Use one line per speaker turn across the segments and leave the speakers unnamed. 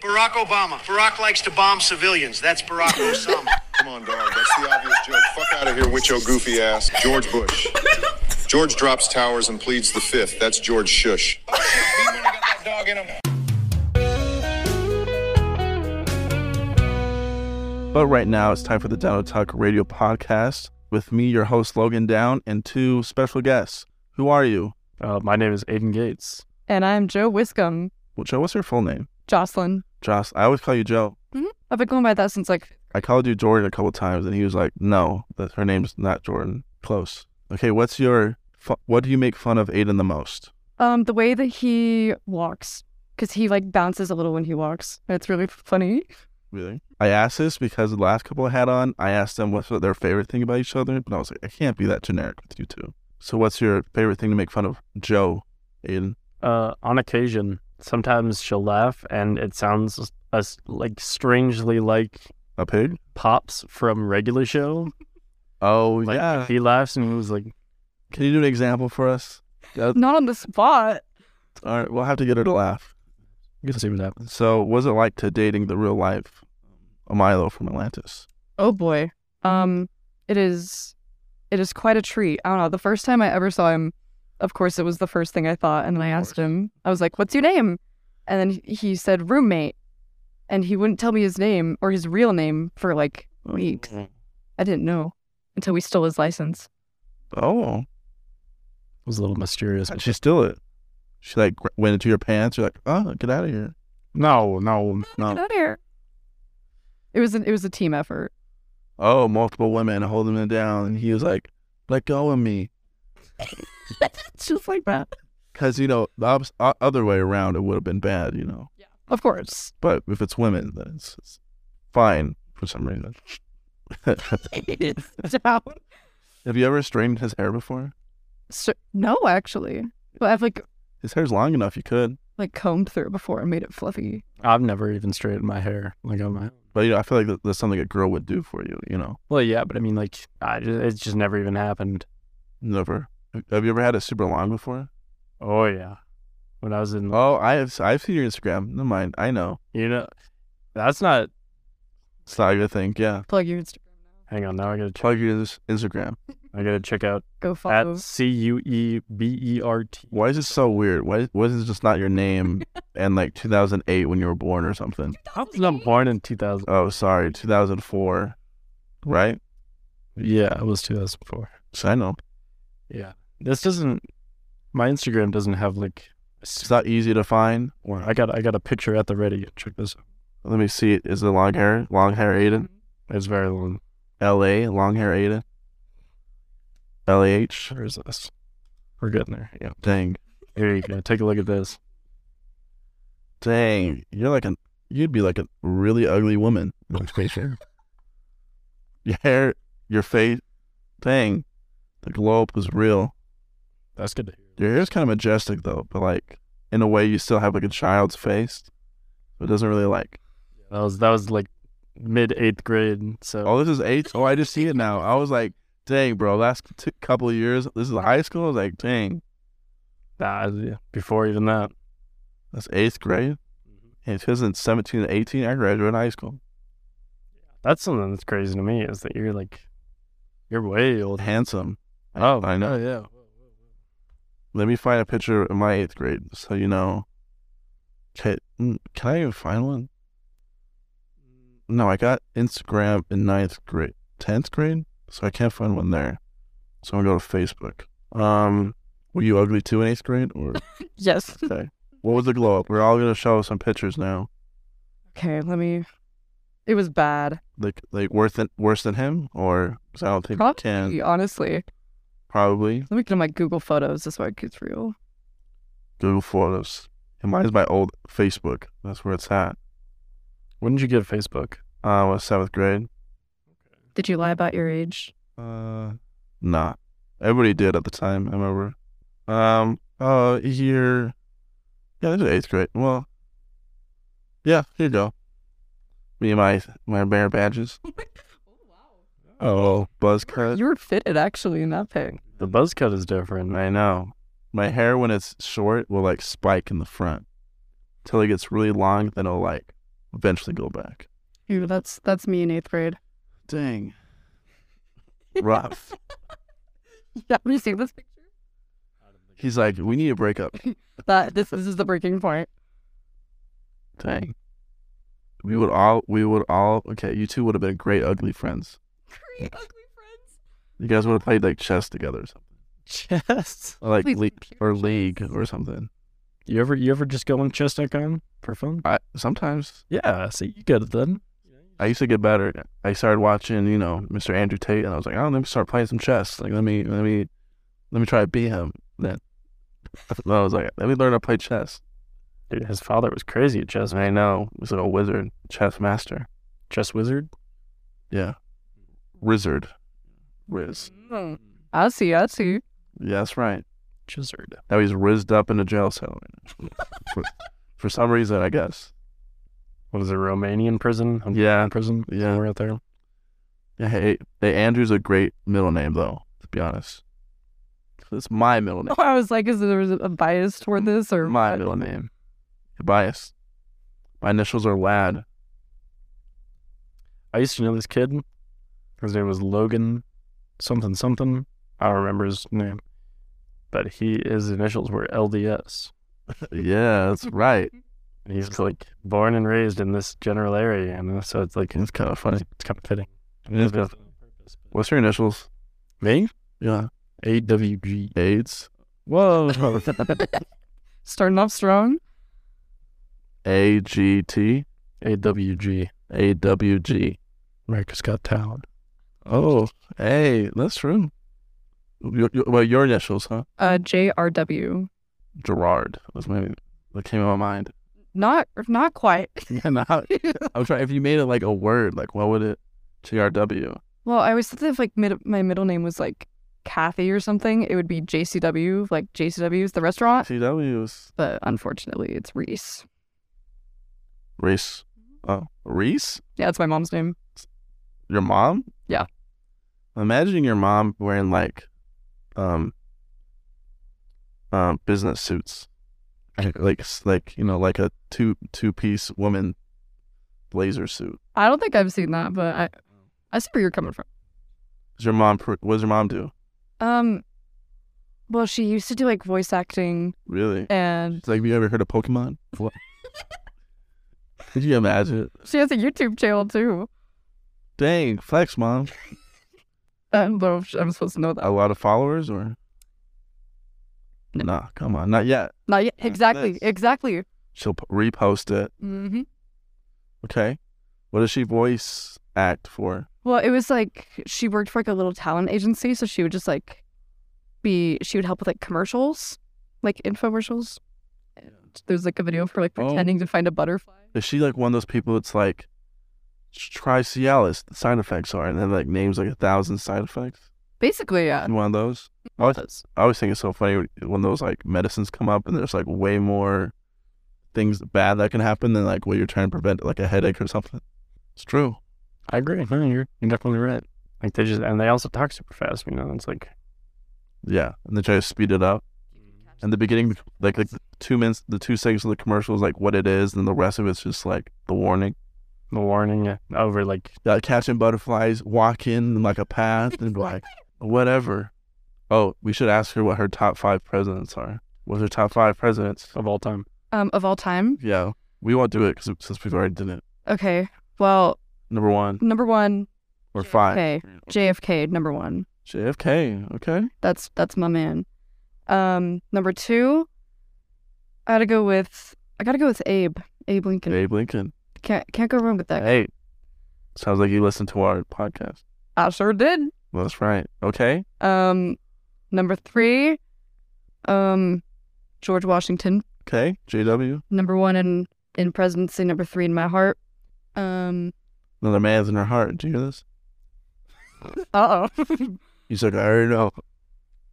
Barack Obama. Barack likes to bomb civilians. That's Barack Osama.
Come on, dog. That's the obvious joke. Fuck out of here with your goofy ass. George Bush. George drops towers and pleads the fifth. That's George Shush.
But right now, it's time for the Down to Talk Radio podcast with me, your host, Logan Down, and two special guests. Who are you?
Uh, my name is Aiden Gates.
And I'm Joe Wiscombe,
Well, Joe, what's your full name?
Jocelyn.
Joss. I always call you Joe.
I've been going by that since like,
I called you Jordan a couple times, and he was like, no, that her name's not Jordan. Close. Okay, what's your, fu- what do you make fun of Aiden the most?
um, the way that he walks, because he like bounces a little when he walks. It's really funny.
Really? I asked this because the last couple I had on, I asked them what's their favorite thing about each other, but I was like, I can't be that generic with you two. So what's your favorite thing to make fun of Joe, Aiden?
Uh, on occasion, sometimes she'll laugh, and it sounds as, like strangely like
A pig?
Pops from Regular Show.
Oh,
Like
yeah.
he laughs and he was like,
Can you do an example for us? Uh,
Not on the spot.
All right, we'll have to get her to laugh.
"You can see what happens."
So, what's it like to dating the real life um, Milo from Atlantis?
Oh boy. Um, it is, it is quite a treat. I don't know. The first time I ever saw him, of course, it was the first thing I thought. And then I asked him, I was like, "What's your name?" And then he- he said, "Roommate," and he wouldn't tell me his name or his real name for like weeks. I didn't know until we stole his license.
Oh,
It was a little mysterious.
she still it. She like gr- went into your pants. You're like, oh, get out of here.
No, no.
Get
No.
out of here. It was an, it was a team effort.
Oh, multiple women holding him down, and he was like, let go of me,
just like that.
because you know the obs- o- other way around it would have been bad, you know.
Of course.
But if it's women, then it's, it's fine for some reason. Have you ever straightened his hair before?
So, no, actually. But I've like
His hair's long enough. You could.
like combed through it before and made it fluffy.
I've never even straightened my hair like on my.
But you know, I feel like that- that's something a girl would do for you. You know,
Well, yeah, but I mean, like, I just, it's just never even happened.
never. Have you ever had it super long before?
Oh yeah, when I was in,
Oh, I have. I've seen your Instagram. Never mind. I know.
you know, that's not.
It's not a good thing. Yeah.
Plug your Instagram.
Hang on, now I gotta check.
Plug your ins- Instagram.
I gotta check out
Go follow.
at c u e b e r t.
Why is it so weird? Why, why is it just not your name and like 2008 when you were born or something?
I was not born in 2000.
Oh, sorry, 2004. Right?
Yeah, it was 2004.
So I know.
Yeah. This doesn't, my Instagram doesn't have like,
It's not easy to find.
or I got I got a picture at the ready. Check this out.
Let me see. Is it long hair? Long hair Aiden?
It's very long.
LA? Long hair Aiden? LAH?
Where is this? We're getting there. Yeah.
Dang.
Here you go. Take a look at this.
Dang. You're like an, you'd be like a really ugly woman. Your hair, your face. Dang. The glow up was real.
That's good to hear.
Your hair's kind of majestic though, but like in a way you still have like a child's face. But it doesn't really like
That was, that was like mid eighth grade. So
oh this is eight. Oh I just see it now. I was like, dang bro, last two, couple of years this is high school. I was like, dang,
nah, yeah, before even that.
that's eighth grade. And 2017 and 18, I graduated high school.
That's something that's crazy to me is that you're like, you're way old.
Handsome. Oh, I know.
yeah.
Let me find a picture of my eighth grade so you know. Can, mm, can I even find one? No, I got Instagram in ninth grade, tenth grade, so I can't find one there. So I'm gonna go to Facebook. Um, were you ugly too in eighth grade, or
Yes.
okay? what was the glow up? We're all gonna show some pictures now.
Okay, let me. It was bad.
Like, like worse than worse than him, or 'cause I don't think you
Probably,
can
honestly.
probably
Let me get on my Google Photos. That's why it gets real.
Google Photos. And mine's my old Facebook. That's where it's at.
When did you get Facebook?
Uh, I was seventh grade.
Did you lie about your age?
Uh, nah. Everybody did at the time. I remember. Um. Uh. Here. Yeah, this is eighth grade. Well. Yeah. Here you go. Me and my my bear badges. Oh, buzz cut.
You were fitted actually in that pic.
The buzz cut is different.
Mm-hmm. I know. My hair when it's short will like spike in the front, till it gets really long. Then it'll like eventually go back.
Ew, that's that's me in eighth grade.
Dang. Rough.
Yeah, have you seen this picture?
He's like, we need a breakup.
That this this is the breaking point.
Dang. We would all, we would all, okay, you two would have been great ugly friends.
Great ugly friends.
You guys would have played like chess together or something.
Chess.
Or, like
Please,
le-
computer
or
chess.
league or something.
You ever you ever just go on chess.com for fun?
I sometimes
Yeah, see you good then.
I used to get better. I started watching, you know, Mr. Andrew Tate, and I was like, oh, let me start playing some chess. Like, let me, let me, let me try to beat him. Then I was like, let me learn how to play chess.
Dude, his father was crazy at chess.
And I know he's like a wizard, chess master.
Chess wizard.
Yeah, wizard, Riz.
Mm. I see, I see.
Yeah, that's right.
Chessard.
Now he's rizzed up in a jail cell right now. for, for some reason, I guess.
What is it, Romanian prison? Hungarian
Yeah,
prison?
yeah.
Somewhere out there.
yeah. Hey, hey, Andrew's a great middle name though. To be honest, it's my middle name.
Oh, I was like, is there a bias toward this or
my
what?
middle name. Tobias. My initials are Lad.
I used to know this kid. His name was Logan something something. I don't remember his name. But he his initials were LDS.
Yeah, that's right.
And he's like born and raised in this general area, you know, so it's like it's
It's kind of funny.
kind of fitting.
What's your initials?
Me?
Yeah,
AWG.
AIDS. Oh.
Whoa.
Starting off strong.
A G T
AWG.
A W G.
America's Got Talent.
Oh, hey, that's true. Your, your, well, your initials, huh?
Uh, JRW.
Gerard. That's maybe that came to my mind.
Not not quite.
Yeah, no, I'm trying. If you made it like a word, like what would it? T R W.
well, I always thought if like mid- my middle name was like Kathy or something, it would be JCW, like JCW's the restaurant.
T W is
But unfortunately, it's Reese.
Reese. Oh, Reese.
Yeah, that's my mom's name.
Your mom?
Yeah.
Imagining your mom wearing like um um business suits. Like- Like s- like you know, like a two two piece woman blazer suit.
I don't think I've seen that, but I I see where you're coming from.
Is your mom pr- what does your mom do?
Um, well, she used to do like voice acting
Really?
and
It's like have you ever heard of Pokemon? What? Could you imagine?
she has a YouTube channel too.
Dang, flex mom.
I don't know if I'm supposed to know
A
that.
lot of followers or
No.
Nah, come on, not yet.
Not yet.
Yeah,
Exactly.
nice.
Exactly.
She'll p- repost it.
Mm-hmm.
Okay. What does she voice act for?
Well, it was like she worked for like a little talent agency, so she would just like be she would help with like commercials, like infomercials. And there's like a video for like
Oh.
pretending to find a butterfly.
Is she like one of those people that's like, try Cialis, the side effects are, and then like names like a thousand side effects?
Basically, yeah.
You one of those? I always,
That's-
I always think it's so funny when those like medicines come up and there's like way more things bad that can happen than like what you're trying to prevent, like a headache or something. It's true.
I agree. No, you're, you're definitely right. Like they just and they also talk super fast, you know. It's like
Yeah. And they try to speed it up. And the beginning, like, like the two minutes, the two seconds of the commercial is like what it is, and the rest of it's just like the warning.
the warning over like
uh, catching butterflies, walking in like a path, and like whatever. Oh, we should ask her what her top five presidents are. What's her top five presidents? Oh,
of all time.
Um, of all time.
Yeah, we won't do it 'cause- since we've already done it.
Okay. Well,
Number one
number one,
or five.
okay, JFK, number one.
JFK. Okay.
That's that's my man. Um, number two, I gotta go with I gotta go with Abe, Abe Lincoln.
Abe Lincoln.
Can't can't go wrong with that.
Hey, sounds like you listened to our podcast.
I sure did.
Well, that's right. Okay.
Um, number three, um, George Washington,
Okay. JW.
number one in in presidency, number three in my heart. Um,
Another man's in her heart. Do you hear this?
uh oh,
He's like, I already know.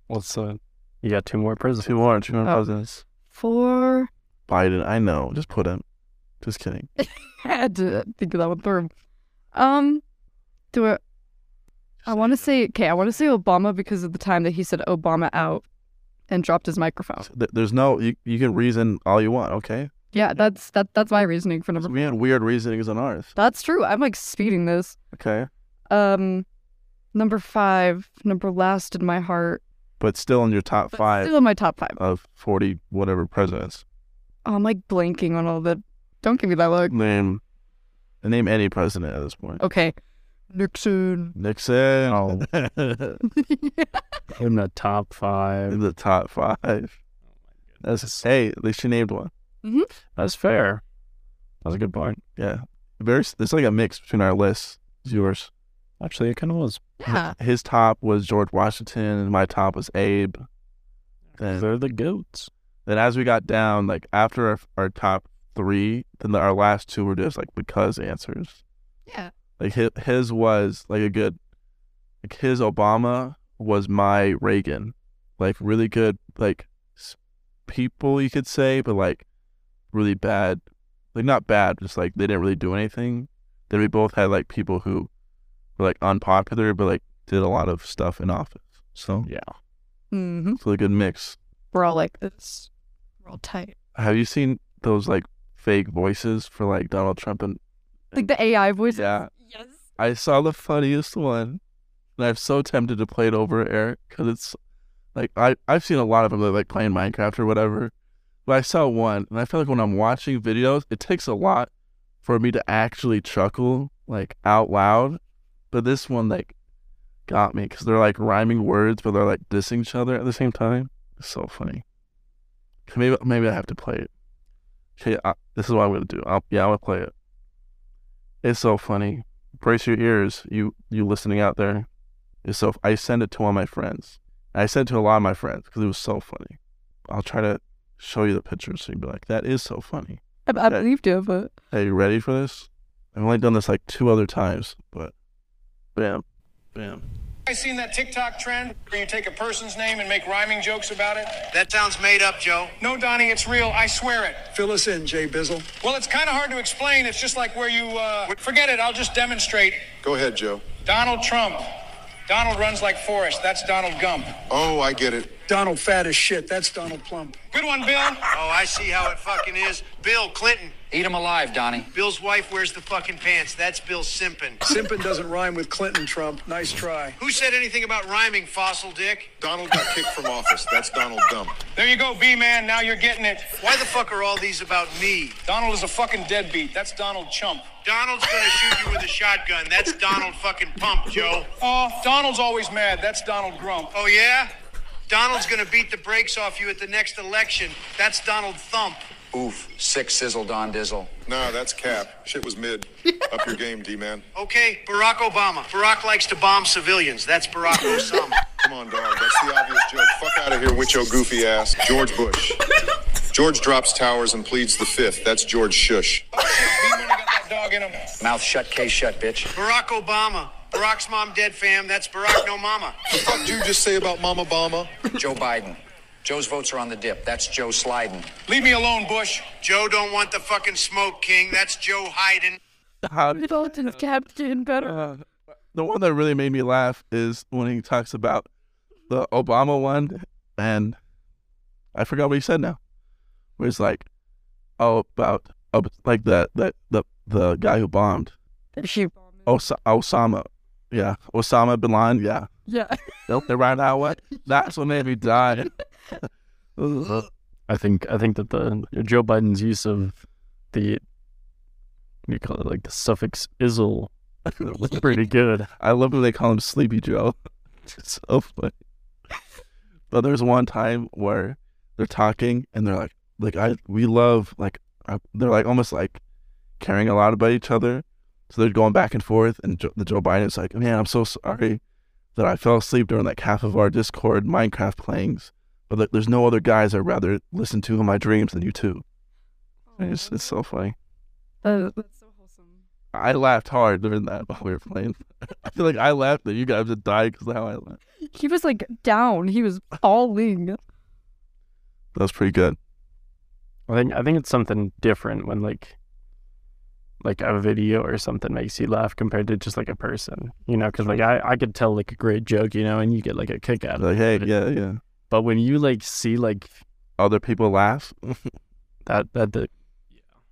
What's uh, you got two more prisons.
Two more. Two more
Oh.
presidents.
four.
Biden. I know. Just put him. Just kidding.
I had to think of that one through. Um, do it. I want to say okay. I want to say Obama because of the time that he said Obama out and dropped his microphone.
So th- There's no you, you can reason all you want, okay?
Yeah, that's that. That's my reasoning for
So
number.
we had weird reasonings on ours.
That's true. I'm like speeding this.
Okay.
Um, number five, number last in my heart,
But still in your top
but
five
still in my top five.
of 40 whatever presidents.
Oh, I'm like blanking on all the. Don't give me that look.
Name name any president at this point.
Okay, Nixon.
Nixon.
Oh.
in
in the top five.
the top five. That's, hey, at least you named one.
That's fair. That's a good point.
Yeah. Very, s- it's like a mix between our lists. Yours.
Actually, it kind of was.
Yeah.
His top was George Washington, and my top was Abe. Then
They're the goats.
Then as we got down, like after our, our top three, then our last two were just like because answers.
Yeah.
Like his, his was like a good, like his Obama was my Reagan, like really good like s- people you could say, but like really bad, like not bad, just like they didn't really do anything. Then we both had like people who were like unpopular, but like did a lot of stuff in office. So
Yeah.
hmm
it's a good mix.
We're all like this. We're all tight.
Have you seen those like fake voices for like Donald Trump and
Like the AI voice.
Yeah.
Yes.
I saw the funniest one and I'm so tempted to play it over Eric cuz it's like I I've seen a lot of them that like playing Minecraft or whatever. But I saw one and I feel like when I'm watching videos it takes a lot for me to actually chuckle like out loud. But this one like got me cuz they're like rhyming words but they're like dissing each other at the same time. It's so funny. Maybe maybe I have to play it. Okay, I, this is what I'm gonna do. I'll, yeah, I'm gonna play it. It's so funny. Brace your ears, you you listening out there. It's so I send it to all my friends. I sent it to a lot of my friends because it was so funny. I'll try to show you the picture so you'd be like, "That is so funny."
I, I
Yeah.
believed you, but
Are you ready for this? I've only done this like two other times, but bam, bam.
guys seen that TikTok trend where you take a person's name and make rhyming jokes about it? That sounds made up, Joe. No, Donnie, it's real. I swear it.
Fill us in, Jay Bizzle.
Well, it's kind of hard to explain. It's just like where you uh, forget it. I'll just demonstrate.
Go ahead, Joe.
Donald Trump. Donald runs like Forrest. That's Donald Gump.
Oh, I get it.
Donald fat as shit. That's Donald Plump.
Good one, Bill. Oh, I see how it fucking is. Bill Clinton.
Eat him alive, Donnie.
Bill's wife wears the fucking pants. That's Bill Simpin.
Simpin doesn't rhyme with Clinton Trump. Nice try.
Who said anything about rhyming, fossil dick?
Donald got kicked from office. That's Donald Dump.
There you go, B man. Now you're getting it. Why the fuck are all these about me? Donald is a fucking deadbeat. That's Donald Chump. Donald's gonna shoot you with a shotgun. That's Donald fucking Pump, Joe. Oh, Donald's always mad. That's Donald Grump. Oh, yeah? Donald's gonna beat the brakes off you at the next election. That's Donald Thump.
Oof. Sick sizzle, Don Dizzle.
Nah, that's Cap. Shit was mid. Up your game, D man.
Okay, Barack Obama. Barack likes to bomb civilians. That's Barack Osama.
Come on, dog. That's the obvious joke. Fuck out of here with your goofy ass. George Bush. George drops towers and pleads the fifth. That's George Shush.
Mouth shut, case shut, bitch.
Barack Obama. Barack's mom dead, fam. That's Barack no mama.
The fuck did you just say about Mama Bama?
Joe Biden. Joe's votes are on the dip. That's Joe sliding.
Leave me alone, Bush. Joe don't want the fucking smoke, King. That's Joe Hyden.
How
Bolton's captain better.
the one that really made me laugh is when he talks about the Obama one, and I forgot what he said now. Where it's like, oh, about oh, like the the the the guy who bombed
She.
Os- Osama, yeah, Osama bin Laden, yeah.
Yeah.
Nope, they ran out what? That's what made me die. Ugh.
I think I think that the Joe Biden's use of the what do you call it like the suffix "izzle" was pretty good.
I love when they call him Sleepy Joe. It's so funny. But there's one time where they're talking and they're like, like I, we love, like I, they're like almost like caring a lot about each other. So they're going back and forth, and Joe, the Joe Biden's like, man, I'm so sorry that I fell asleep during like half of our Discord Minecraft playings. But like, there's no other guys I'd rather listen to in my dreams than you two. And It's, it's so funny.
Uh, that's so wholesome.
I laughed hard during that while we were playing. I feel like I laughed that you guys just died because of how I laughed.
He was like down. He was falling.
That was pretty good.
I think I think it's something different when like like a video or something makes you laugh compared to just like a person, you know? Because like I I could tell like a great joke, you know, and you get like a kick out of
Like, hey,
it.
yeah, yeah.
But when you like see like
Other people laugh.
that that that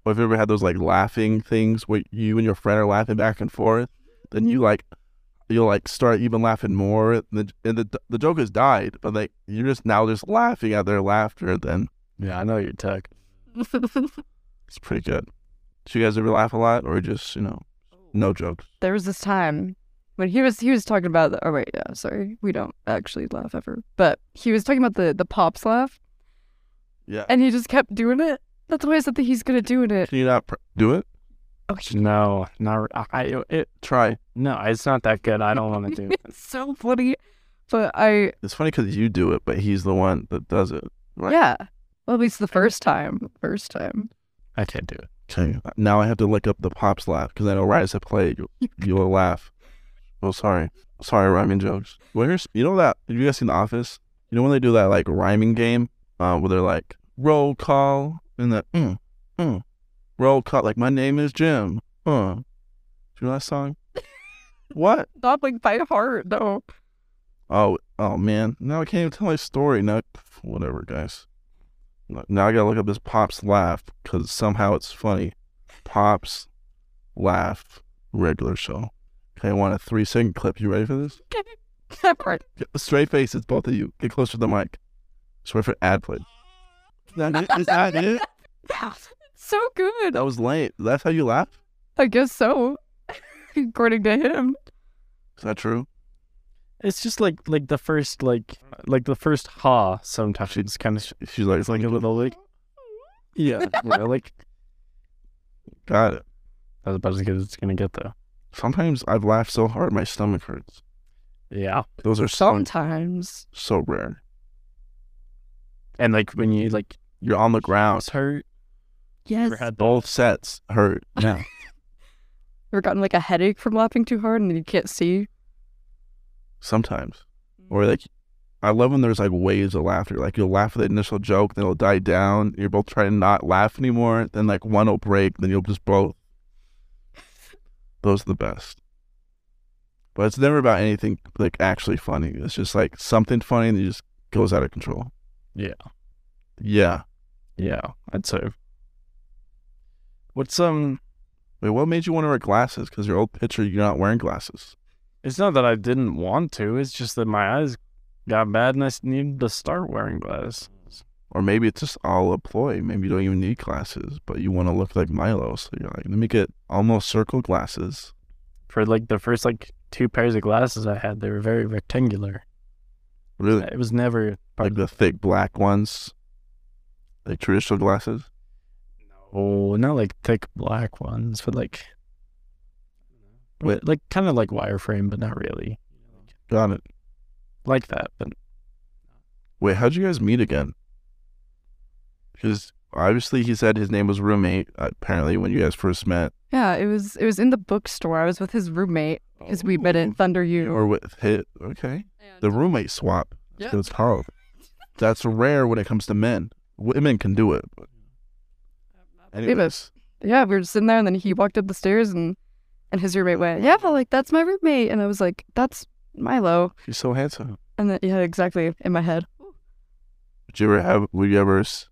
Or if you ever had those like laughing things where you and your friend are laughing back and forth, then you like you'll like start even laughing more. And the and the, the joke has died, but like you're just now just laughing at their laughter. Then
Yeah, I know you're tech.
it's pretty good. Do you guys ever laugh a lot, or just you know, no jokes?
there was this time when he was he was talking about the, oh wait yeah sorry we don't actually laugh ever but he was talking about the the pops laugh
Yeah.
and he just kept doing it that's why I said that he's gonna doing it
Can you not pr- do it?
oh he,
No, not re- I. I- It
Try.
no, it's not that good. I don't want to do.
it's so funny but I
It's funny because you do it, but he's the one that does it. Right.
yeah well at least the first time first time
I can't do it.
Okay. Now I have to look up the pops laugh because I know right as I play, it, you'll, you'll laugh. Oh, sorry. Sorry, rhyming jokes. Where's, you know that, have you guys seen The Office? You know when they do that like rhyming game uh, where they're like, roll call and the, mm, mm, roll call, like my name is Jim. Uh. Do you know that song? what?
not like by heart no
Oh, oh man. Now I can't even tell my story. Now, pff, whatever, guys. Now I gotta look up this pops laugh because somehow it's funny. Pops laugh regular show. Okay, I want a three second clip. You ready for this?
right
Get- Straight faces, both of you. Get closer to the mic. Sorry for ad play. Is that it? Is that it?
so good
That was lame. That's how you laugh?
I guess so according to him
Is that true?
It's just like like the first like like the first ha sometimes it's kind of
She's like,
it's like a little like yeah you know, like
got it.
that's about as good as it's gonna get though.
Sometimes I've laughed so hard my stomach hurts.
Yeah,
Those are so,
sometimes
so rare.
and like when you like
You're on the ground.
it's hurt.
yes
Ever had
Both sets hurt. Yeah.
ever gotten like a headache from laughing too hard and then you can't see
sometimes. Or like, I love when there's like waves of laughter. Like you'll laugh at the initial joke, then it'll die down. You're both trying to not laugh anymore. Then like one will break, then you'll just both. Those are the best. But it's never about anything like actually funny. It's just like something funny and it just goes out of control.
Yeah.
Yeah.
Yeah, I'd say. What's um?
Wait, what made you want to wear glasses? Because your old picture, you're not wearing glasses.
It's not that I didn't want to. It's just that my eyes got bad and I s- needed to start wearing glasses.
Or maybe it's just all a ploy. Maybe you don't even need glasses, but you want to look like Milo. So you're like, let me get almost circle glasses.
For like the first like two pairs of glasses I had, they were very rectangular.
Really?
It was never part
Like the thick black ones. Like traditional glasses.
Oh, not like thick black ones, but like,
Wait.
like kind of like wireframe, but not really
Got it.
like that. But
Wait, how'd you guys meet again? Because obviously he said his name was roommate, apparently, when you guys first met.
Yeah, it was it was in the bookstore. I was with his roommate because we met at Thunder U.
Or with hit. Okay. The roommate swap. That's what it's called. That's rare when it comes to men. Women can do it. but- Anyways,
yeah, we were just sitting there, and then he walked up the stairs, and and his roommate went, "Yeah, like that's my roommate," and I was like, "That's Milo,"
he's so handsome.
and then yeah, exactly in my head.
Did you ever have? Were you ever? s-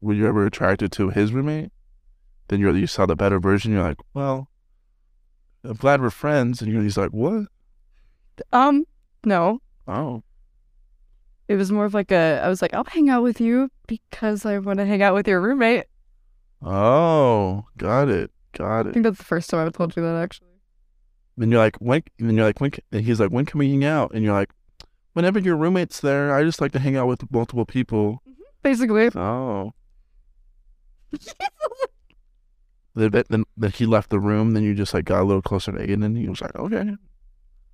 Were you ever attracted to his roommate? Then you you saw the better version. You're like, well, I'm glad we're friends. And you're he's like, what?
Um, no,
Oh,
it was more of like a I was like, "I'll hang out with you because I want to hang out with your roommate."
oh, got it, got
I
it.
think that's the first time I've told you that actually.
Then you're like, when? And then you're like, when? c- And he's like, when can we hang out? And you're like, whenever your roommate's there. I just like to hang out with multiple people.
Basically,
Oh. Then, then, then he left the room. Then you just like got a little closer to Aiden. And he was like, okay,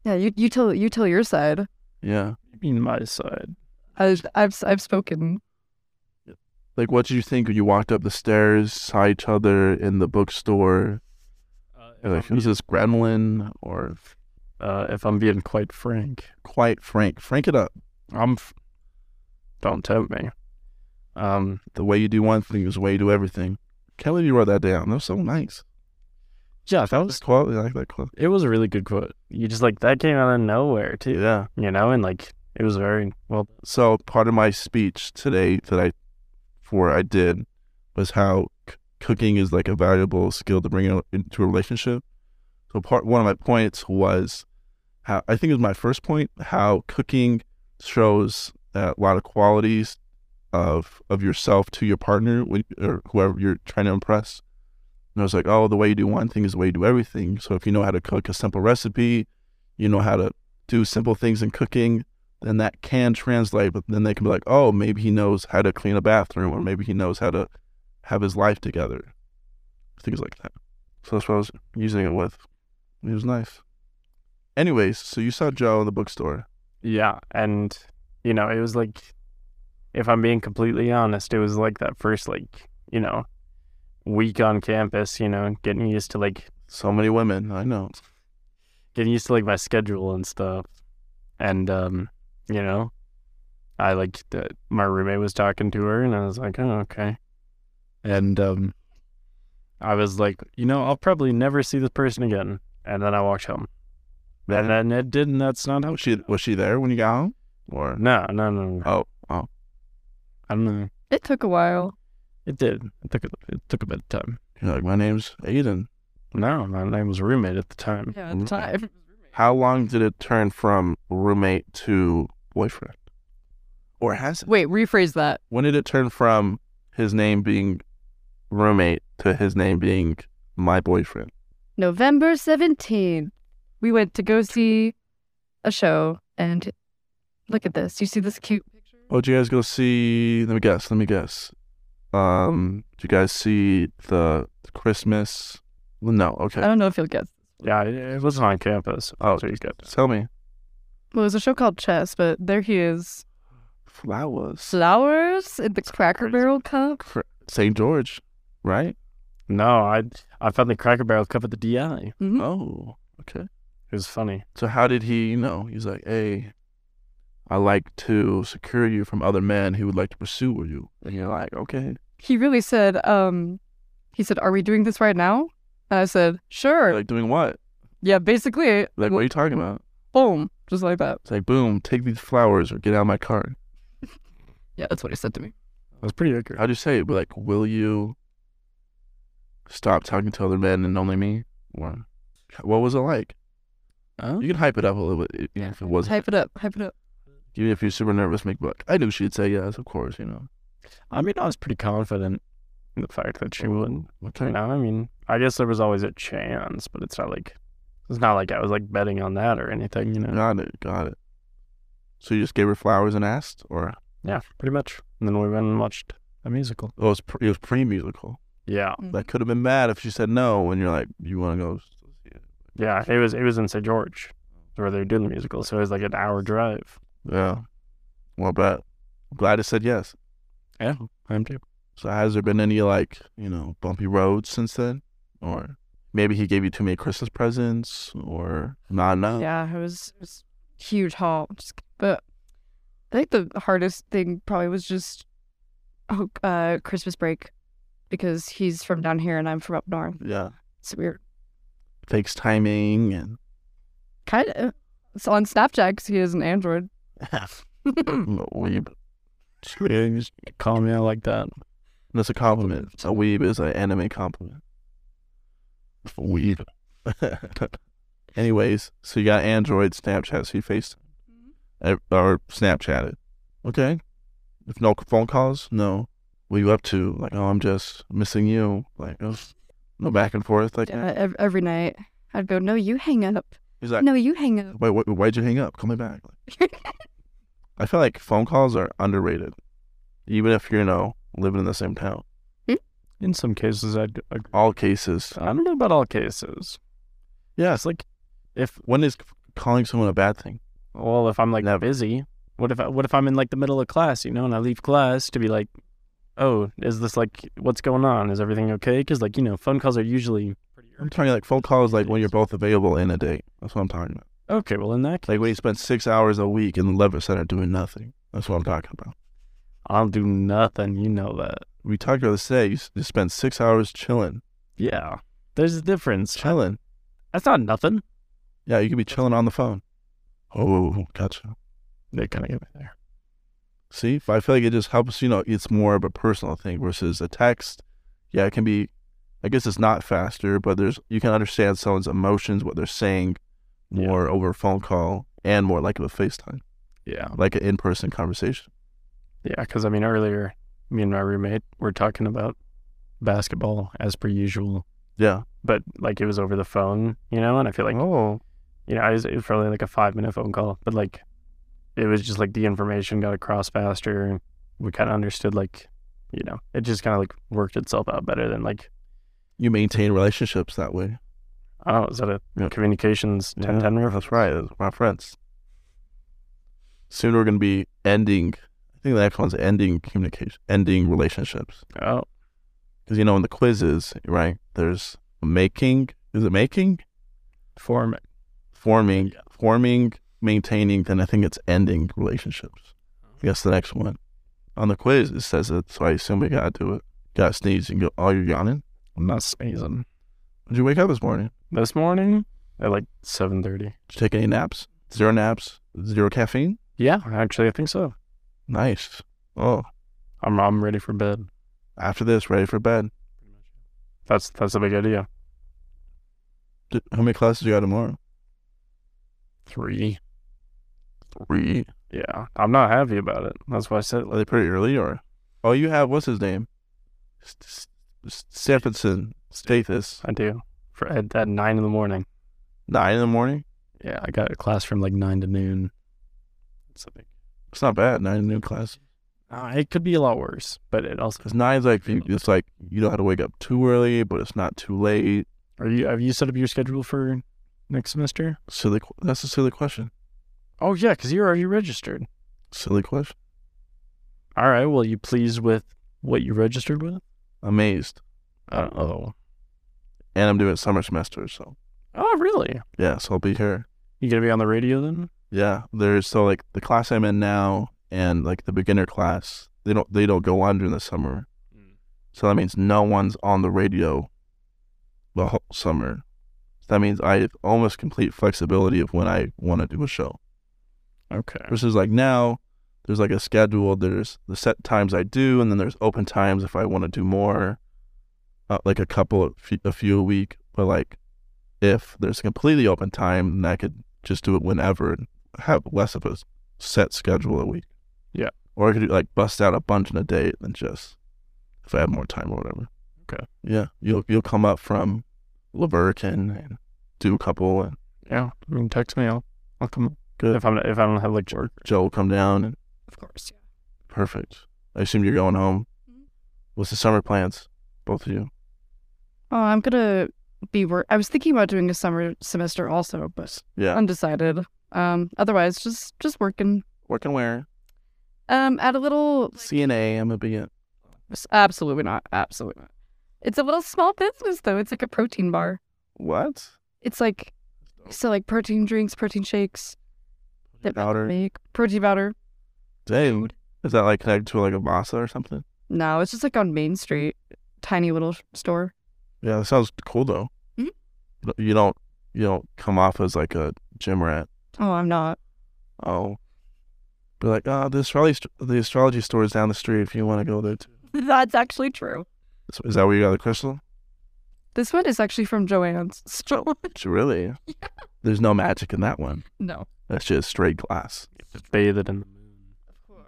yeah, you you tell you tell your side.
yeah.
I mean, my side.
I, I've I've spoken.
Like, what did you think when you walked up the stairs, saw each other in the bookstore? You're like, who's this gremlin? Or
Uh, if I'm being quite frank,
quite frank, frank it up.
I'm. F- don't tempt me. Um,
The way you do one thing is the way you do everything. Can't believe you wrote that down. That was so nice.
yeah, that
That's
was.
quality. I like that quote.
It was a really good quote. You just like that came out of nowhere too.
Yeah.
You know, and like it was very well.
So part of my speech today that I, for I did, was how c- cooking is like a valuable skill to bring out into a relationship. So part one of my points was how I think it was my first point how cooking shows a lot of qualities of of yourself to your partner when, or whoever you're trying to impress. And I was like, oh, the way you do one thing is the way you do everything. So if you know how to cook a simple recipe, you know how to do simple things in cooking, then that can translate. But then they can be like, oh, maybe he knows how to clean a bathroom, or maybe he knows how to have his life together, things like that. So that's what I was using it with. It was nice. Anyways, so you saw Joe in the bookstore.
Yeah, and you know, it was like if I'm being completely honest, it was like that first like, you know, week on campus, you know, getting used to like
So many women, I know.
getting used to like my schedule and stuff. And um, you know, I like the, my roommate was talking to her, and I was like, oh okay. And um, I was like, you know, I'll probably never see this person again. And then I walked home. And then it didn't. That's not how
Was she was she there when you got home? Or
No, no, no, no.
oh oh
I don't know.
It took a while.
It did. It took a, it took a bit of time.
you're like my name's Aiden.
No, my name was roommate at the time.
Yeah, at the time.
How long did it turn from roommate to boyfriend? Or has it?
Wait, rephrase that.
When did it turn from his name being roommate to his name being my boyfriend?
November 17th, we went to go see a show, and look at this. You see this cute picture?
Oh, did you guys go see? Let me guess. Let me guess. Um, did you guys see the Christmas? No.
I
Okay.
don't know if you'll guess.
Mm, Yeah, it, it was on campus.
Oh,
so Uh, you got
Tell me.
Well, it was a show called Chess, but there he is.
Flowers.
Flowers in the Cracker
crazy.
Barrel cup.
Cr- St. George, right?
No, I I found the Cracker Barrel cup at the DI.
Mhm.
Oh, okay.
It was funny.
So how did he know? He's like, hey, I like to secure you from other men who would like to pursue you. And you're like, okay.
He really said, um, he said, are we doing this right now? And I said, sure.
Like doing what?
yeah, basically,
Like, what are you talking about?
boom, just like that.
It's like, boom, take these flowers or get out of my car.
Yeah, that's what he said to me.
It was pretty accurate.
How'd you say it? But like, will you stop talking to other men and only me? What? What was it like?
Oh.
You can hype it up a little bit e, even if it was
Hype it up, hype it up.
even if you're super nervous, make like, I knew she'd say yes, of course, you know.
I mean, I was pretty confident in the fact that she wouldn't.
Okay.
You know, I mean, I guess there was always a chance, but it's not like it's not like I was like betting on that or anything. You know.
Got it, got it. So you just gave her flowers and asked, or
Yeah, pretty much. And then we went and watched a musical.
oh, it was pre- it was pre musical.
Yeah,
That could have been bad if she said no, and you're like, you want to go?
yeah. It was it was in St. George, where they were doing the musical. So it was like an hour drive.
Yeah. Well, but I'm glad it said yes.
Yeah, I'm too.
So has there been any like you know bumpy roads since then, or maybe he gave you too many Christmas presents, or not enough?
Yeah, it was, it was huge haul. Just- But I think the hardest thing probably was just oh, uh, Christmas break because he's from down here and I'm from up north.
Yeah.
So we were
Takes timing and
kind of it's on Snapchat because he has an Android.
a weeb.
Just call me out like that.
That's a compliment. A weeb is an anime compliment. Weeb. Anyways, so you got Android, Snapchat, so you Face eh, or Snapchatted. Okay. If no phone calls, no. What you up to? Like, oh, I'm just missing you. Like, oh, no back and forth like
Yeah,
that.
uh, ev- every night I'd go, no, you hang up.
He's like,
No, you hang up.
wait, wait, why'd you hang up? Call me back. I feel like phone calls are underrated, even if you're, you know, living in the same town.
In some cases, I'd agree.
All cases.
I don't know about all cases.
Yeah,
It's like if
when is calling someone a bad thing?
well, if I'm like
Never.
busy, what if I, what if I'm in like the middle of class, you know, and I leave class to be like, oh, is this like what's going on? Is everything okay? Because like you know, phone calls are usually
I'm talking like phone calls, like when you're both available in a day. That's what I'm talking about.
okay. Well, in that case,
Like when you spend six hours a week in the lever center doing nothing. That's what I'm talking about.
I'll do nothing. You know that.
We talked about this today. You s- just spend six hours chilling,
Yeah, there's a difference.
chilling.
That's not nothing.
Yeah, you could be chilling on the phone. Oh, gotcha.
They kind of get me there.
See, but I feel like it just helps. You know, it's more of a personal thing versus a text. yeah, it can be. I guess it's not faster, but there's you can understand someone's emotions, what they're saying,
Yeah.
more over a phone call and more like a FaceTime,
Yeah.
like an in-person conversation.
Yeah, because I mean, earlier, me and my roommate were talking about basketball as per usual,
Yeah.
but like it was over the phone, you know. And I feel like,
oh,
you know, I was, it was probably like a five minute phone call, but like it was just like the information got across faster. And we kind of understood, like, you know, it just kind of like worked itself out better than like,
you maintain relationships that way.
oh, is that a
Yeah.
communications 10 10 roof?
That's right. It's my friends. Soon we're gonna be ending. I think the next one's ending communication, ending relationships.
Oh,
Because you know, in the quizzes, right? There's making. Is it making?
form.
forming, forming, maintaining, then I think it's ending relationships. I guess the next one on the quiz it says it, so I assume we gotta do it. Got to sneeze and go. Oh, you're yawning.
I'm not sneezing.
Did you wake up this morning?
This morning at like 7.30.
Did you take any naps? Zero naps. Zero caffeine.
Yeah, actually, I think so.
Nice. Oh,
I'm, I'm ready for bed.
after this, ready for bed.
That's, that's a big idea.
Did, how many classes you got tomorrow?
three.
Three.
Yeah, I'm not happy about it. That's why I said
Are
like,
they pretty early or? Oh, you have what's his name? S- S- Stephenson Stathis.
I do for at, at nine in the morning.
Nine in the morning.
Yeah, I got a class from like nine to noon. It's a big.
It's not bad. Nine in the new class.
Uh, it could be a lot worse, but it also.
Because nine's like you, it's like you don't have to wake up too early, but it's not too late.
Are you have you set up your schedule for next semester?
Silly. qu- That's a silly question.
Oh yeah, because you're already registered.
Silly question.
All right. Well, you pleased with what you registered with?
Amazed.
Uh oh.
And I'm doing summer semester, so
Oh really?
yeah. So I'll be here.
You gonna be on the radio then?
Yeah. There's so like the class I'm in now and like the beginner class. They don't they don't go on during the summer. So that means no one's on the radio the whole summer. That means I have almost complete flexibility of when I want to do a show.
Okay.
versus like now there's like a schedule there's the set times i do and then there's open times if i want to do more uh, like a couple a few, a few a week but like if there's a completely open time then i could just do it whenever and have less of a s- set schedule a week
Yeah.
or i could do, like bust out a bunch in a day and just if i have more time or whatever
Okay.
yeah you'll you'll come up from Liberton and do a couple and
Yeah. I mean, text me. I'll, I'll come.
Good.
If I'm if I don't have like work.
joe will come down and
Of course, yeah.
Perfect. I assume you're going home. What's the summer plans, both of you?
Oh, I'm gonna be work. I was thinking about doing a summer semester also, but
Yeah.
undecided. Um, otherwise, just just working.
Working where?
Um, at a little.
CNA. I'm gonna be at.
Absolutely not. Absolutely not. It's a little small business though. It's like a protein bar.
What?
It's like so like protein drinks, protein shakes. That
Powder.
Make protein powder.
Dang. Is that like connected to like a masa or something?
No, it's just like on Main Street, tiny little sh- store.
Yeah, that sounds cool though.
Mhm.
You don't- You don't you don't come off as like a gym rat.
Oh, I'm not.
Oh. Be like, ah, the astrology st- the astrology store is down the street. If you want to go there, too.
That's actually true.
So is that where you got the crystal?
This one is actually from Joanne's.
Really? There's no magic in that one.
no.
That's just straight glass.
Bathe it in the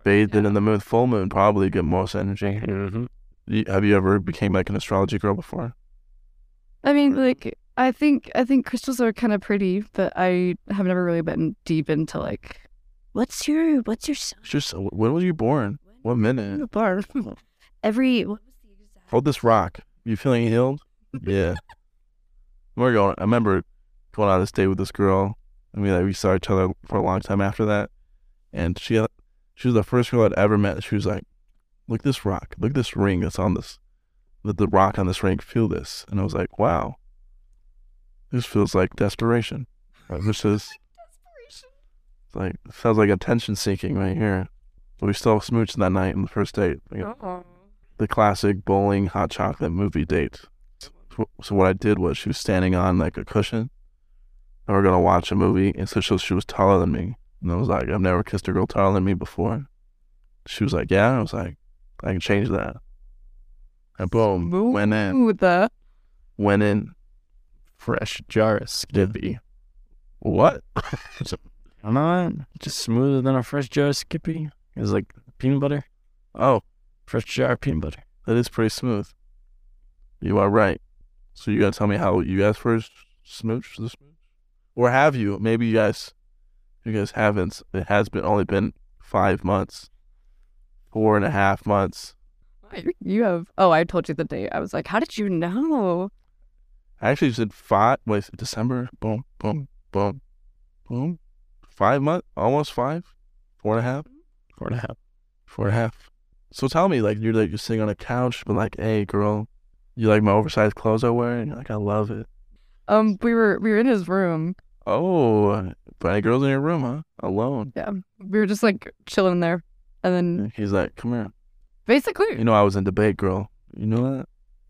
Bathed in the moon, full moon, probably get most energy.
Mm-hmm.
You- Have you ever became like an astrology girl before?
I mean, like, I think I think crystals are kind of pretty, but I have never really been deep into like what's your what's your sign?
It's Just when were you born? What minute?
bar? Every
Hold this rock. You feeling healed? Yeah. we're going. I remember going on this date with this girl. I mean, like, we saw each other for a long time after that, and she uh, she was the first girl I'd ever met. She was like, "Look at this rock. Look at this ring that's on this. Let the rock on this ring feel this." And I was like, "Wow, this feels like desperation. Like, this is It's like it sounds like attention seeking right here. But we still smooched that night on the first date. Like, The classic bowling hot chocolate movie date. So- So what I did was she was standing on like a cushion, and we are gonna watch a movie. And so she, she was taller than me, and I was like, I've never kissed a girl taller than me before. She was like, Yeah. I was like, I can change that. And boom,
Boo.
went in,
Ooh, the
went in.
Fresh jar of Skippy.
What?
I'm not just smoother than a fresh jar of Skippy. It's like peanut butter.
Oh,
Fresh jar of peanut butter.
that is pretty smooth. You are right. So you gotta tell me how you guys first smooch the smooch, or have you? Maybe you guys, you guys haven't. It has been only been five months, four and a half months.
you have. Oh, I told you the date. I was like, how did you know?
I actually said five. Wait, December. Boom, boom, boom, boom. Five month, almost five, four and a half,
Four and a half.
four and a half. So tell me, like you're like you're sitting on a couch, but like, hey, girl, you like my oversized clothes I wear, and you're like, I love it.
Um, we were we were in his room.
Oh, but any girls in your room, huh? Alone.
Yeah, we were just like chilling there, and then
He's like, come here. You
basically,
know I was in debate, girl. You know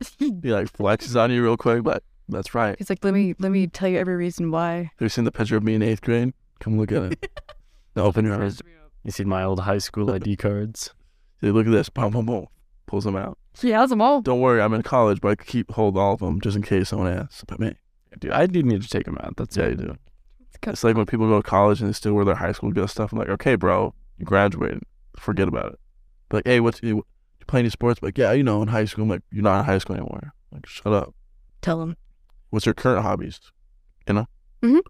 that? He like flexes on you real quick, but that's right.
he's like, let me let me tell you every reason why.
Have you seen the picture of me in eighth grade? Come look at it. Now Open your eyes.
You see my old high school ID cards.
Hey, look at this. Boom, boom, boom. Pulls them out.
He has them all.
Don't worry, I'm in college, but I could keep hold of all of them just in case someone asks about me.
Dude, I do need to take them out. That's
Yeah,
it.
you do.
good.
It's like when people go to college and they still wear their high school good stuff. I'm like, okay, bro, you graduated. Forget about it. But like, hey, what's you, you play any sports? Like, yeah, you know, in high school. I'm like, you're not in high school anymore. like, shut up.
Tell him.
What's your current hobbies? You know?
Mhm.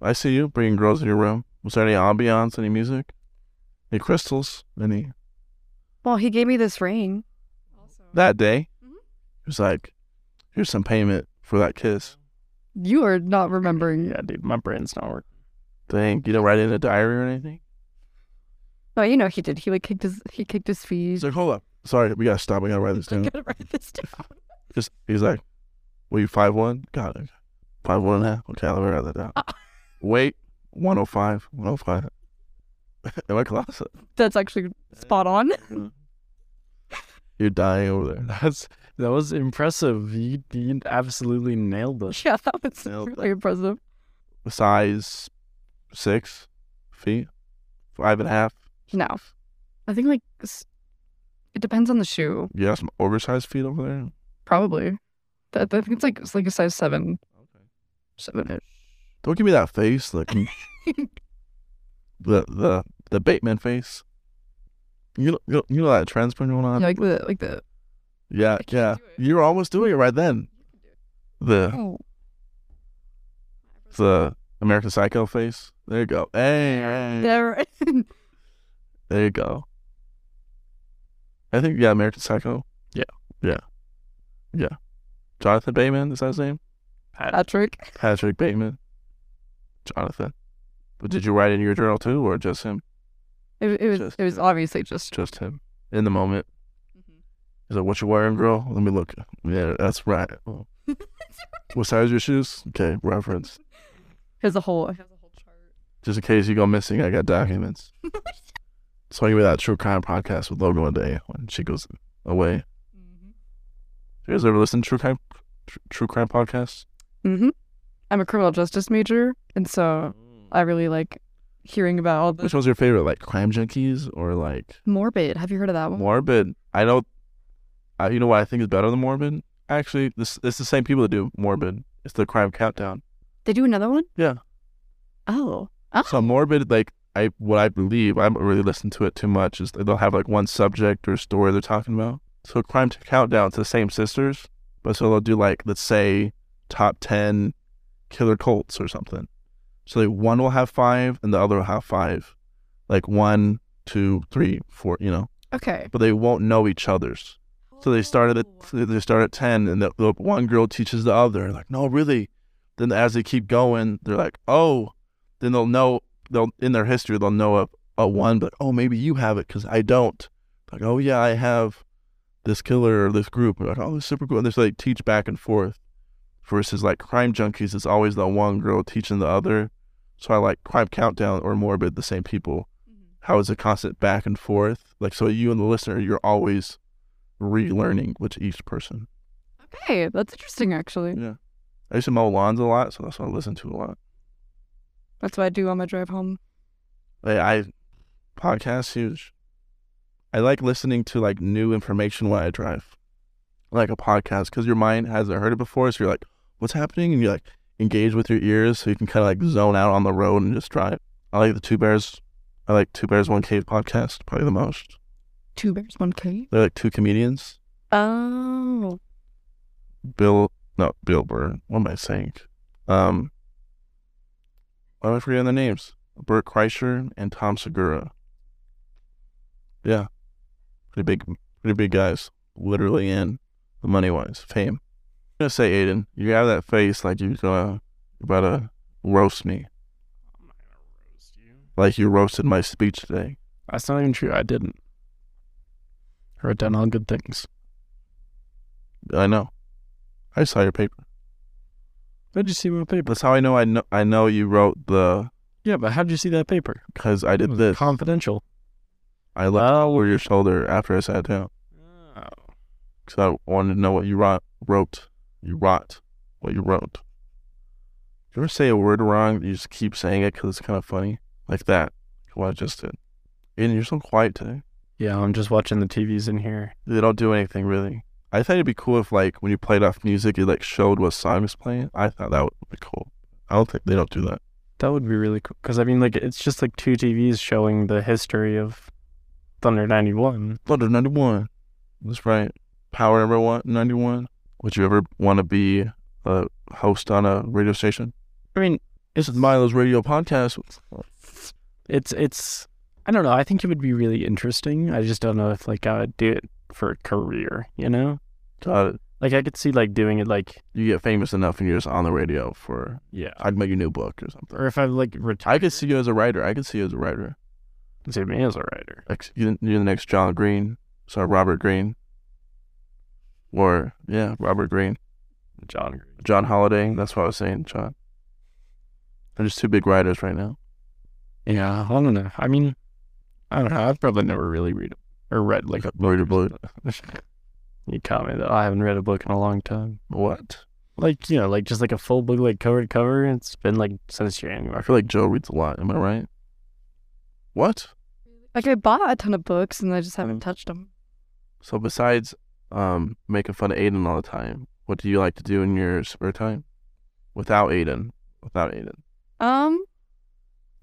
I see you bringing girls in your room. Was there any ambiance, any music? Any crystals? Any?
Well, he gave me this ring.
That day, it was like, here's some payment for that kiss.
You are not remembering.
Yeah, dude, my brain's not working.
Dang, you don't write it in a diary or anything?
Oh, you know he did. He like kicked his he kicked his feet.
He's like, hold up. Sorry, we gotta stop. We gotta write this
I
down.
gotta write this down.
Just, he's like, were you five one? Got it. Five one and a half. Okay, let me write that down. oh Wait, 105, 105. Am I close?
That's actually spot on.
You're dying over there.
That's that was impressive. You, you absolutely nailed it.
yeah, that was
Nailed
really impressive.
size six feet, five and a half.
No, I think like s- it depends on the shoe.
You got some oversized feet over there.
Probably. I I think it's like it's like a size seven. Seven ish.
Don't give me that face, like mm, the the the Bateman face. You know- you know- you know that trend's been going on.
Yeah, like the like the
yeah,
can't
yeah.
do it.
You were almost doing it right then. The
oh
the American Psycho face. There you go. Hey, hey.
there
There you go. I think yeah, American Psycho.
Yeah.
yeah, yeah. Jonathan Bateman is that his name?
Patrick.
Patrick Bateman, Jonathan. But did you write in your journal too, or just him?
It, it was
Just-
it was obviously just
Just him. In the moment. Mm-hmm. He's like, "What you wearing, girl? Let me look." Yeah, that's right. Oh. what size are your shoes? Okay, reference.
his whole his whole chart.
Just in case you go missing, I got documents. so I give you that true crime podcast with Logan one day when she goes away.
Mm-hmm.
You guys ever listen to true crime, tr- true crime podcasts?
Mm-hmm. I'm a criminal justice major, and so
Mm.
I really like hearing about all the
Which one's your favorite? Like Crime Junkies or like
morbid. Have you heard of that one?
Morbid. I know. I, you know what I think is better than Morbid? Actually, this it's the same people that do Morbid. It's the Crime Countdown.
They do another one.
Yeah.
Oh. Oh.
So Morbid, like I what I believe, I haven't really listened to it too much. Is they'll have like one subject or story they're talking about. So Crime Countdown's the same sisters, but so they'll do like let's say top ten killer cults or something. So like one will have five and the other will have five, like one, two, three, four. You know.
okay.
but they won't know each other's. So they started at
Oh.
they start at ten, and the, the one girl teaches the other. Like, no, really. Then as they keep going, they're like, oh. Then they'll know they'll in their history they'll know a, a one, but oh, maybe you have it because I don't. Like, oh yeah, I have this killer or this group. They're like, oh, this is super cool. And they so they teach back and forth. Versus like crime junkies, it's always the one girl teaching the other. So I like crime countdown or morbid the same people how it's a constant back and forth. Like so you and the listener, you're always relearning with each person.
Okay, that's interesting. Actually,
Yeah. I used to mow lawns a lot, so that's what I listen to a lot.
that's what I do on my drive home.
Like I podcasts huge. I like listening to like new information while I drive. like a podcast because your mind hasn't heard it before. So you're like, what's happening? And you like engage with your ears so you can kind of like zone out on the road and just drive. I like the Two Bears. I like Two Bears One Cave podcast probably the most.
Two bears, one cave.
They're like two comedians.
Oh,
Bill, no, Bill Burr. What am I saying? Um, why am I forgetting the names? Bert Kreischer and Tom Segura. Yeah, pretty big, pretty big guys. Literally in the money wise, fame. I'm gonna say, Aiden, you have that face like you're gonna about to roast me, like you roasted my speech today.
That's not even true. I didn't. I wrote down all good things.
I know. I saw your paper.
How'd you see my paper?
That's how I know. I know. I know you wrote the
Yeah, but how'd you see that paper?
because I
It
did
was
this.
Confidential.
I looked
Oh.
over your shoulder after I sat down Oh. because I wanted to know what you wrote. wrote. You wrote what you wrote. You ever say a word wrong? You just keep saying it because it's kind of funny, like that. What I just did. And you're so quiet today.
Yeah, I'm just watching the TVs in here.
They don't do anything really. I thought it'd be cool if, like, when you played off music, it like showed what song was playing. I thought that would be cool. I don't think they don't do that.
That would be really cool. Because, I mean, like, it's just like two TVs showing the history of Thunder 91.
Thunder 91. That's right. Power number one, 91. Would you ever want to be a host on a radio station?
I mean,
This is Milo's radio podcast.
it's, it's, I don't know. I think it would be really interesting. I just don't know if, like, I would do it for a career, you know?
Got it.
Like, I could see, like, doing it, like,
Uh, You get famous enough and you're just on the radio for,
yeah.
I'd make a new book or something.
Or if I, like, retire.
I could see you as a writer. I could see you as a writer.
See me as a writer.
Like, you- you're the next John Green. Sorry, Robert Green. Or, yeah, Robert Green.
John Green.
John Holiday. That's what I was saying, John. They're just two big writers right now.
Yeah, I don't know. I mean, I don't know. I've probably never really read or read like
Like,
a.
Lord of Blood.
You caught me though. I haven't read a book in a long time.
What?
Like you know, like just like a full book, like cover to cover. It's been like since
I
January.
feel like Joe reads a lot. Am I right? What?
like I bought a ton of books and I just
Mm.
haven't touched them.
So besides um making fun of Aiden all the time, what do you like to do in your spare time? Without Aiden. Without Aiden.
Um,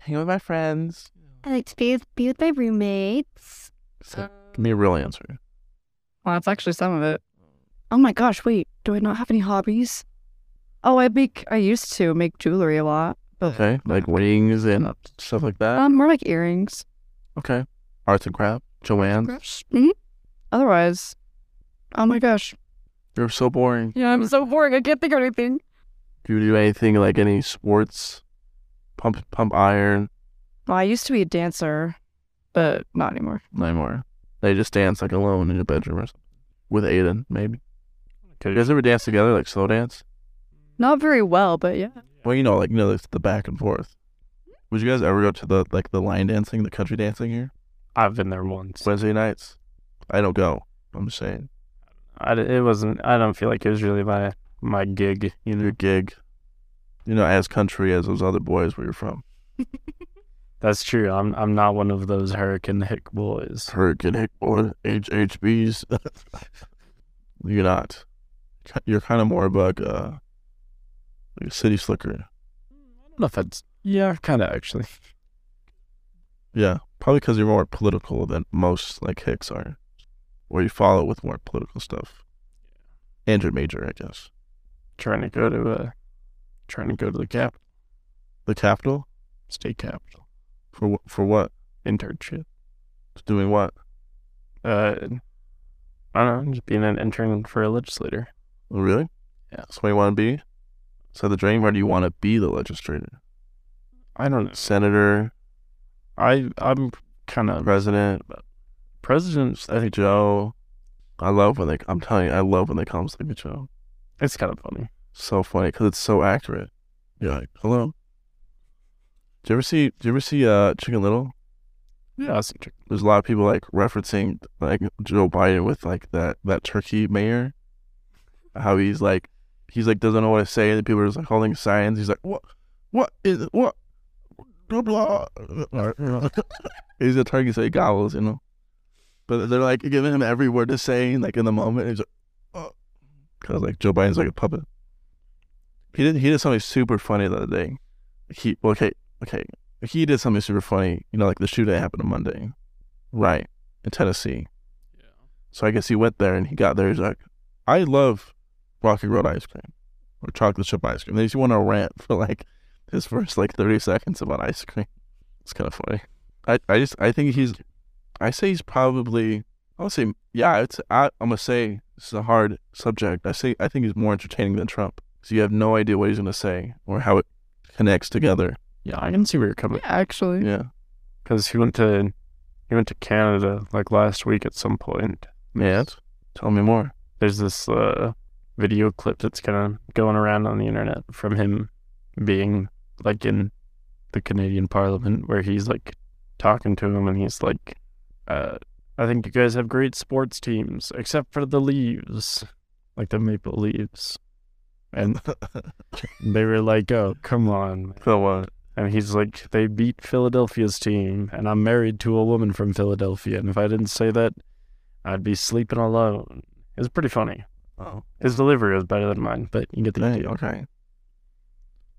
Hang with my friends.
I like to be with, be with my roommates.
So, give me a real answer.
well, that's actually some of it. Oh my gosh, wait, do I not have any hobbies? Oh, I make, I used to make jewelry a lot, but
Okay. Like rings and stuff like that.
um, more like earrings.
okay. Arts and craft. Joanne.
hmm Otherwise, oh my gosh,
You're so boring.
yeah, I'm so boring. I can't think of anything.
Do you do anything like any sports? Pump pump iron.
Well, I used to be a dancer, but not anymore.
No more. They just dance like alone in a bedroom or something. With Aiden, maybe. You guys ever dance together, like slow dance?
Not very well, but yeah.
Well, you know, like you know, it's the back and forth. Would you guys ever go to the like the line dancing, the country dancing here
I've been there once.
Wednesday nights? I don't go. I'm just saying
I, d- it wasn't. I don't feel like it was really my my gig. You know,
your gig. You know, as country as those other boys where you're from.
that's true. I'm I'm not one of those Hurricane Hick boys.
Hurricane Hick boy, HHBs. you're not. You're kind of more of like a, like a city slicker.
I don't know if that's yeah, kind of actually.
Yeah, probably because you're more political than most like Hicks are, or you follow with more political stuff. And you're major, I guess.
Trying to go to uh, trying to go to the cap
The capital.
state capital
For wh- for what?
internship.
Doing what?
Uh, I don't know, just being an intern for a legislator.
Oh, really?
Yeah.
That's what you want to be. So the dream, or do you want to be the legislator,
I don't know.
senator,
I I'm kind of
president,
president.
Sleepy Joe? I love when they. I'm telling you, I love when they call him Sleepy Joe.
It's kind of funny.
So funny because it's so accurate. You're like, hello. Do you ever see? Do you ever see uh Chicken Little?
Yeah, it's interesting.
There's a lot of people like referencing like Joe Biden with like that that turkey mayor, how he's like he's like doesn't know what to say. And people are just like holding signs. He's like what what is it? what blah blah. he's a turkey, so he gobbles, you know. But they're like giving him every word to say, and, like in the moment, he's like, Because like Joe Biden's like a puppet. He did he did something super funny the other day. He well, okay okay he did something super funny. You know, like the shooting happened on Monday, right in Tennessee. So I guess he went there and he got there. He's like, I love Rocky Road ice cream or chocolate chip ice cream. They just went on a rant for like his first like thirty seconds about ice cream. It's kind of funny. I, I just I think he's I say he's probably I would say yeah it's I, I'm gonna say this is a hard subject. I say I think he's more entertaining than Trump because you have no idea what he's gonna say or how it connects together.
Yeah, I can see where you're coming.
Actually,
Yeah,
Because he went to he went to Canada like last week at some point.
yeah. Tell me more.
There's this uh, video clip that's kind of going around on the internet from him being like in the Canadian Parliament where he's like talking to him and he's like, uh, "I think you guys have great sports teams except for the Leaves, like the Maple Leaves," and they were like, "Oh, come on,
So what?
and he's like, they beat Philadelphia's team, and I'm married to a woman from Philadelphia. And if I didn't say that, I'd be sleeping alone. It was pretty funny.
Oh,
His delivery was better than mine, but you get the
dang,
idea.
okay.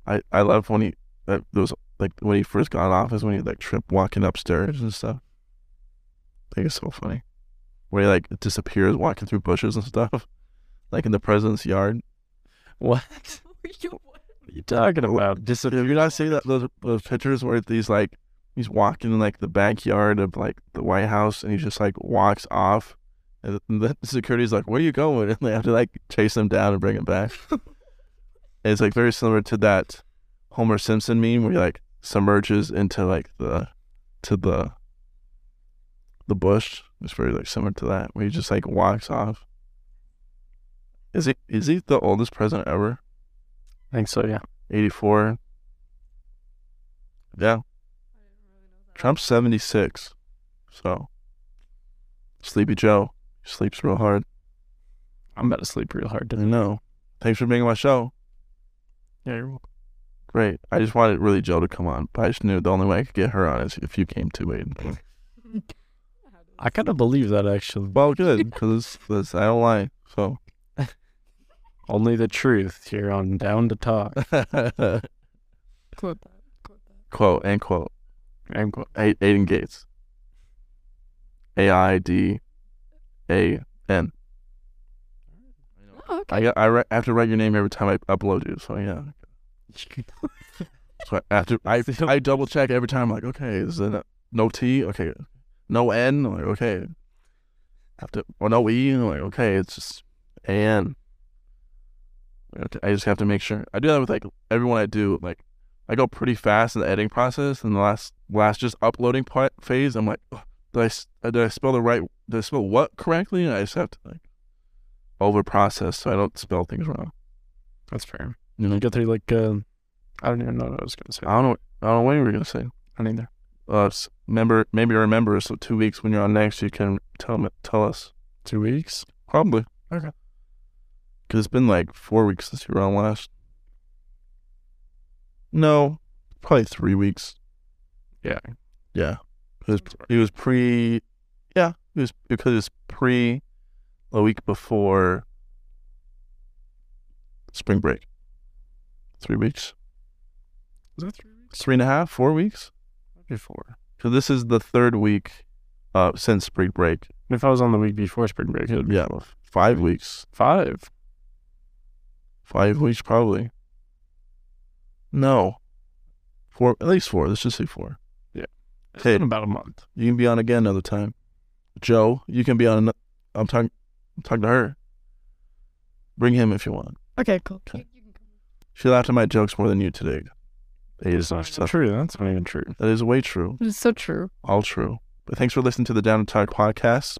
I I love when he uh, there was like when he first got in office when he like tripped walking upstairs and stuff. I think it's so funny, where he like disappears walking through bushes and stuff, like in the president's yard.
What? what are you talking about? Disappear.
Have you not seen that those those pictures where these like he's walking in like the backyard of like the White House and he just like walks off, and the the security's like, "Where are you going?" And they have to like chase him down and bring him back. And it's like very similar to that Homer Simpson meme where he like submerges into like the to the the bush. It's very like similar to that where he just like walks off. Is he is he the oldest president ever?
I think so, yeah.
84. Yeah. Trump's 76. So, Sleepy Joe sleeps real hard.
I'm about to sleep real hard
I
tonight.
know. Thanks for being on my show.
Yeah, you're welcome.
Great. I just wanted really Joe to come on, but I just knew the only way I could get her on is if you came too late.
I kind of believe that, actually.
Well, good, because I don't lie. So,
Only the truth here on Down to Talk.
quote that. Quote that.
quote, end quote.
And qu-
A- Aiden Gates. A I D A N.
Oh, okay.
I got, I, re- I have to write your name every time I upload you. So yeah. So I have to I I double check every time. Like okay, is it no T? Okay, no N? I'm like okay. Have to or no E? I'm like okay, it's just A N. I have to- I just have to make sure. I do that with like everyone I do. Like I go pretty fast in the editing process, and the last last just uploading part phase, I'm like, "Ugh, did I s- uh, did I spell the right? Did I spell what correctly? And I just have to like over process so I don't spell things wrong.
That's fair. Uh, You know, get through, like, uh, I don't even know what I was going to say.
I don't know. I don't know what you were gonna say.
I don't either.
Uh, s- remember, maybe remember. So two weeks when you're on next, you can tell me, tell us.
Two weeks?
Probably.
Okay.
Cause it's been like four weeks since you were on last. No, probably three weeks.
Yeah.
Yeah. It was, it was pre. Yeah, it was because it's pre, a week before. Spring break. Three weeks.
Is that three weeks?
Three and a half, four weeks.
Before.
So this is the third week, uh, since spring break.
If I was on the week before spring break, it would be
Yeah, five weeks.
five.
Five weeks, probably. No, four at least four. Let's just say four.
It's
Hey.
been about a month.
You can be on again another time. Joe, you can be on. Another, I'm talking. I'm talking to her. Bring him if you want.
Okay, cool.
She laughed at my jokes more than you today. They just-
That's not true. That's not even true.
That is way true.
It is so true.
All true. But thanks for listening to the Down and Talk podcast.